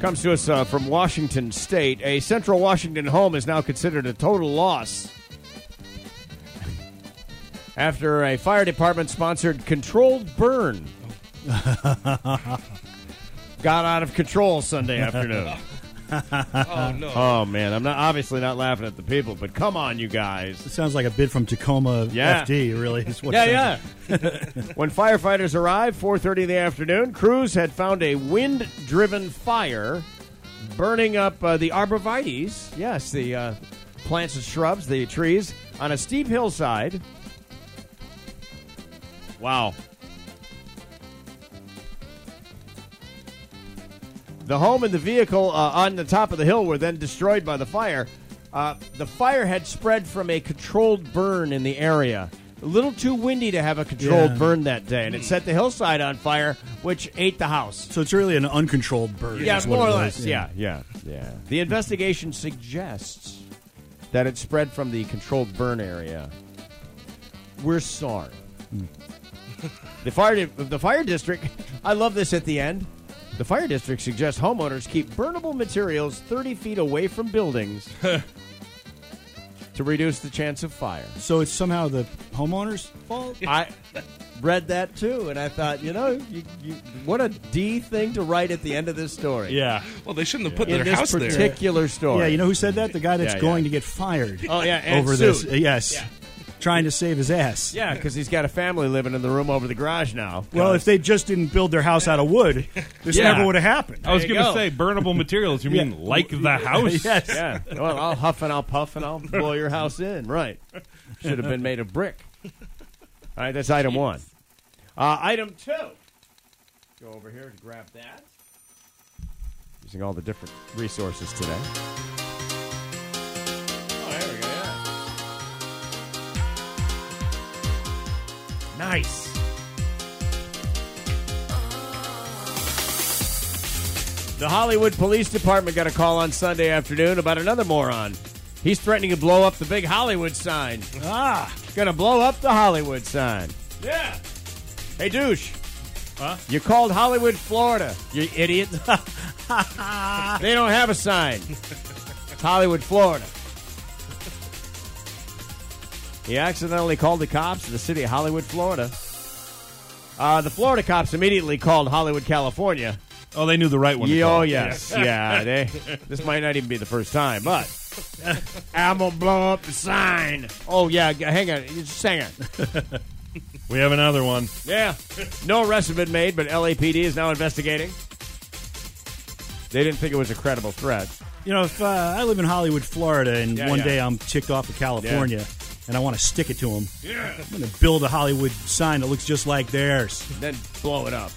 comes to us uh, from Washington State. A central Washington home is now considered a total loss after a fire department sponsored controlled burn got out of control Sunday afternoon. Oh no! oh man, I'm not obviously not laughing at the people, but come on, you guys. It sounds like a bid from Tacoma Yeah. FD, really. Is what it sounds yeah, yeah. when firefighters arrived, 4:30 in the afternoon, crews had found a wind-driven fire burning up uh, the arborvitaes. Yes, the uh, plants and shrubs, the trees on a steep hillside. Wow. The home and the vehicle uh, on the top of the hill were then destroyed by the fire. Uh, the fire had spread from a controlled burn in the area. A little too windy to have a controlled Yeah. burn that day, and it set the hillside on fire, which ate the house. So it's really an uncontrolled burn. Yeah, is what more it or was, less. Yeah. yeah, yeah, The investigation suggests that it spread from the controlled burn area. We're sorry. the fire di- the fire district. I love this at the end. The fire district suggests homeowners keep burnable materials 30 feet away from buildings to reduce the chance of fire. So it's somehow the homeowner's fault? I read that too, and I thought, you know, you, you, what a D thing to write at the end of this story. Yeah. Well, they shouldn't have put In their this house there. particular story. Yeah, you know who said that? The guy that's Oh, Yeah, yeah. going to get fired. Oh, yeah, and over this. sued. Yes. Yeah. Trying to save his ass. Yeah, because he's got a family living in the room over the garage now. Well, if they just didn't build their house out of wood, this Yeah. never would have happened. I was There you going to go. say burnable materials. You Yeah. mean like the house? yes. yeah, well, I'll huff and I'll puff and I'll blow your house in. Right, should have been made of brick. All right, that's item one. Uh, item two. Go over here to grab that. Using all the different resources today. Oh, there we go. Yeah. Nice. The Hollywood Police Department got a call on Sunday afternoon about another moron. He's threatening to blow up the big Hollywood sign. Ah, gonna blow up the Hollywood sign. Yeah. Hey, douche. Huh? You called Hollywood, Florida. You idiot. they don't have a sign. It's Hollywood, Florida. He accidentally called the cops in the city of Hollywood, Florida. Uh, the Florida cops immediately called Hollywood, California. Oh, they knew the right one. to Ye- call. oh yes, yeah. they, this might not even be the first time, but I'm gonna blow up the sign. Oh yeah, g- hang on, just hang on. We have another one. Yeah, no arrests have been made, but LAPD is now investigating. They didn't think it was a credible threat. You know, if uh, I live in Hollywood, Florida, and Yeah, one yeah. day I'm ticked off of California and I want to stick it to them, I'm going to build a Hollywood sign that looks just like theirs. Then blow it up.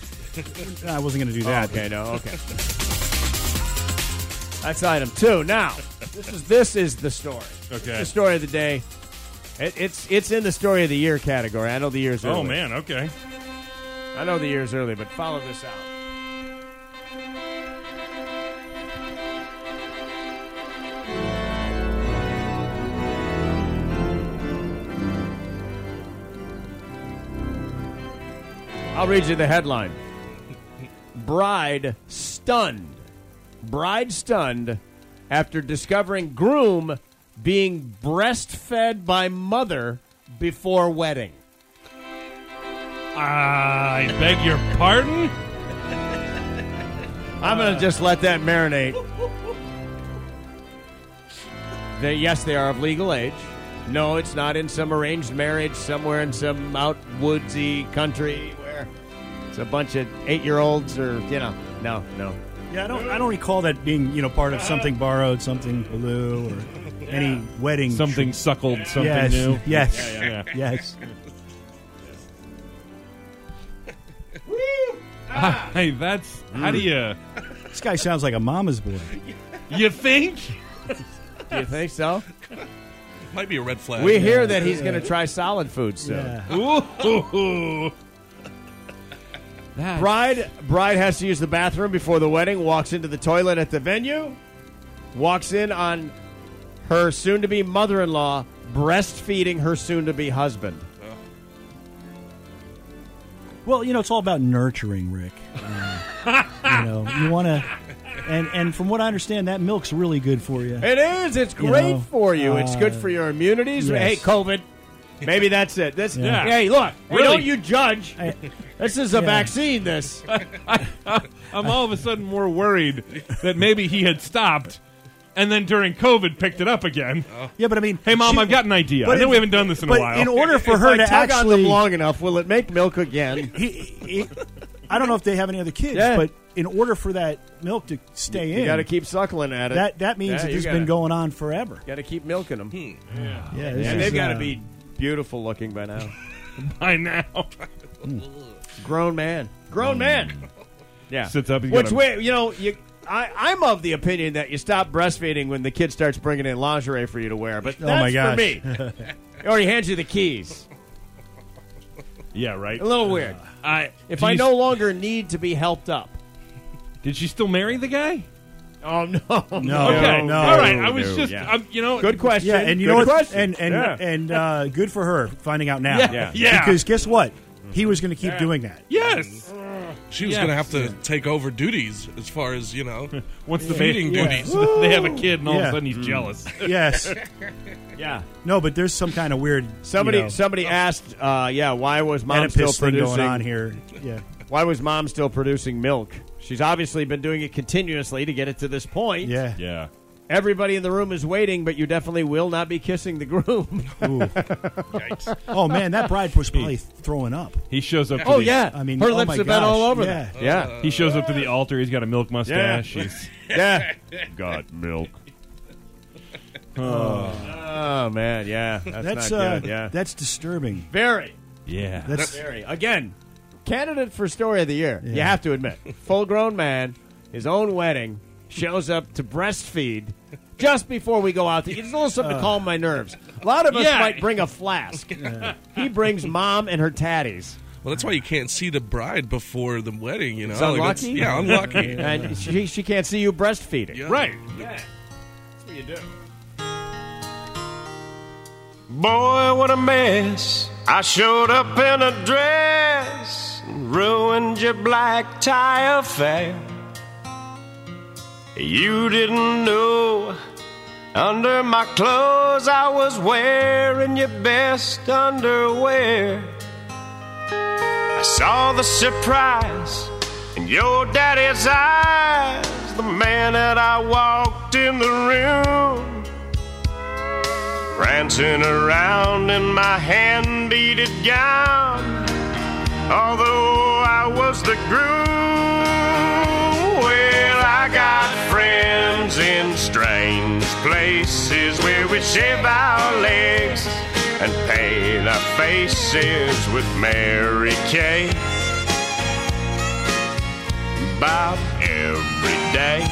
I wasn't going to do Oh. that. okay, no, okay. That's item two. Now, this is this is the story. Okay. the story of the day. It, it's it's in the story of the year category. I know the year's. Oh early. man. Okay. I know the year's early, but follow this out. I'll read you the headline Bride stunned. Bride stunned after discovering groom being breastfed by mother before wedding. I beg your pardon. I'm gonna just let that marinate. They, yes, they are of legal age. No, it's not in some arranged marriage somewhere in some out woodsy country where it's a bunch of eight-year-olds or you know, no, no. Yeah, I don't. I don't recall that being you know part of something borrowed, something blue, or any wedding. Something suckled. Something yes, new. Yes. Yeah, yeah, Yes. Hey, Mm. that's how do you? This guy sounds like a mama's boy. You think? Do you think so? Might be a red flag. We hear that he's going to try solid food soon. Yeah. Ooh. Bride bride has to use the bathroom before the wedding, walks into the toilet at the venue, walks in on her soon to be mother in law breastfeeding her soon to be husband. Well, you know, it's all about nurturing, Rick. Uh, you know, you want to, and and from what I understand, that milk's really good for you. It is. It's You great know, for you. it's good uh, for your immunities. yes. Hey, COVID. Maybe that's it. This, Yeah. Hey, look. Really? Don't you judge. I- This is a Yeah. vaccine, this. I'm all of a sudden more worried that maybe he had stopped and then during COVID picked it up again. yeah, but I mean, Hey, Mom, she- I've got an idea. but I know in- we haven't done this in but a while. in order for If her I to tug on them actually, long enough, will it make milk again? he, he- I don't know if they have any other kids, Yeah. but in order for that milk to stay in, You got to keep suckling at it. that that means Yeah, that you this has gotta- been going on forever. Got to keep milking them. Yeah, uh, And Hmm. they've got to be beautiful looking by now. I now Grown man. Grown man. Yeah. sits up. he's got Which a- way, you know, you. I, I'm of the opinion that you stop breastfeeding when the kid starts bringing in lingerie for you to wear, Oh, but that's Oh my for gosh. me. or he hands you the keys. Yeah, right. A little weird. Uh, I If do I you- no longer need to be helped up. did she still marry the guy? Oh no. No, okay, no, all right. I was no, just, yeah. I'm, you know, Good question. Yeah, and you Good know what? Question. And and Yeah. and uh, good for her finding out now. Yeah. Yeah. Yeah. Because guess what? He was going to keep doing that. Yes. She was Yeah. going to have to take over duties as far as you know. What's the Feeding ba- duties. Mm. they have a kid, and all of a Yeah. sudden he's jealous. Yes. yeah. No, but there's some kind of weird Somebody you know, Oh. somebody asked, uh, yeah, why was mom still Oedipus thing producing going on here. Yeah. Why was mom still producing milk? She's obviously been doing it continuously to get it to this point. Yeah. Yeah. Everybody in the room is waiting, but you definitely will not be kissing the groom. Oh man, that bride was probably throwing up. He shows up. To oh the, yeah, I mean, her oh lips my have been all gosh, over yeah. that. Yeah, He shows up to the altar. He's got a milk mustache. He's yeah. got milk. Oh man, yeah. That's, That's not uh, good. Yeah, that's disturbing. very, Yeah. That's very. Again, candidate for story of the year. You have to admit, full-grown man, his own wedding, shows up to breastfeed just before we go out to eat. It's a little something to calm my nerves. A lot of us Yeah. might bring a flask. He brings mom and her tatties. Well, that's why you can't see the bride before the wedding. You know, It's Like, unlucky? yeah, unlucky. And she, she can't see you breastfeeding. Yeah. right. That's what you do. Boy, what a mess. I showed up in a dress and ruined your black tie affair. You didn't know under my clothes I was wearing your best underwear. I saw the surprise in your daddy's eyes the minute I walked in the room prancing around in my hand beaded gown. Although I was the groom, well, I got friends in strange places where we shave our legs and paint our faces with Mary Kay. About every day.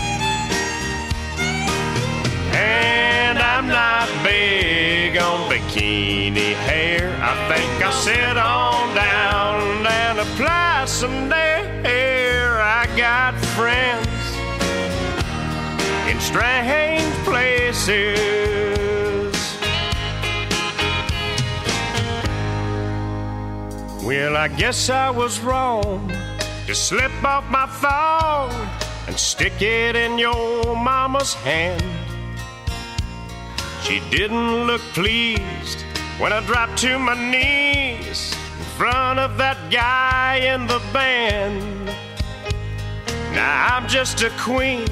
And I'm not big on bikini hair. I think I'll sit on down and apply some there. I got friends in strange places. Well, I guess I was wrong to slip off my phone and stick it in your mama's hand. She didn't look pleased when I dropped to my knees in front of that guy in the band. Now I'm just a queen,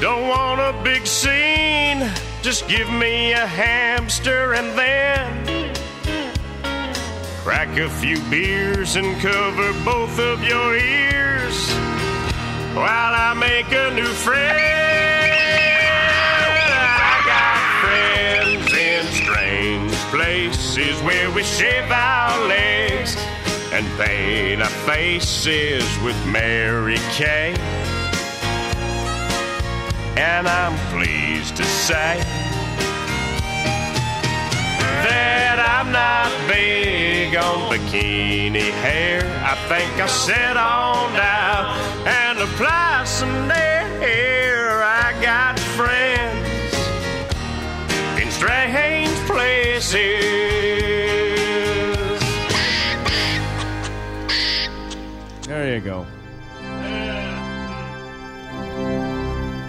don't want a big scene. Just give me a hamster and then crack a few beers and cover both of your ears while I make a new friend. I got friends in strange places where we shave our legs and paint our faces with Mary Kay. And I'm pleased to say I'm not big on bikini hair. I think I sit on down and apply some there. I got friends in strange places. There you go.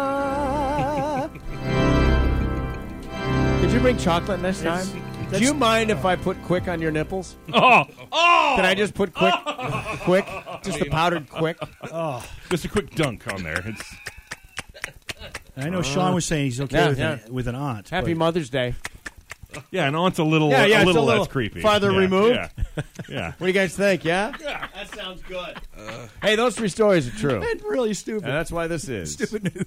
Mama. Did you bring chocolate next time? Do you mind if I put quick on your nipples? Oh, oh! Can I just put quick, quick, just the powdered quick? Just a quick dunk on there. It's I know Sean was saying he's okay Uh-huh. Yeah, with, yeah. An, with an aunt. Happy but- Mother's Day. yeah, and aunt's a little, Yeah, yeah, a it's little, a little less creepy. farther Yeah, removed. Yeah, yeah. What do you guys think? Yeah. that sounds good. Hey, those three stories are true. It's really stupid. And that's why this is stupid news.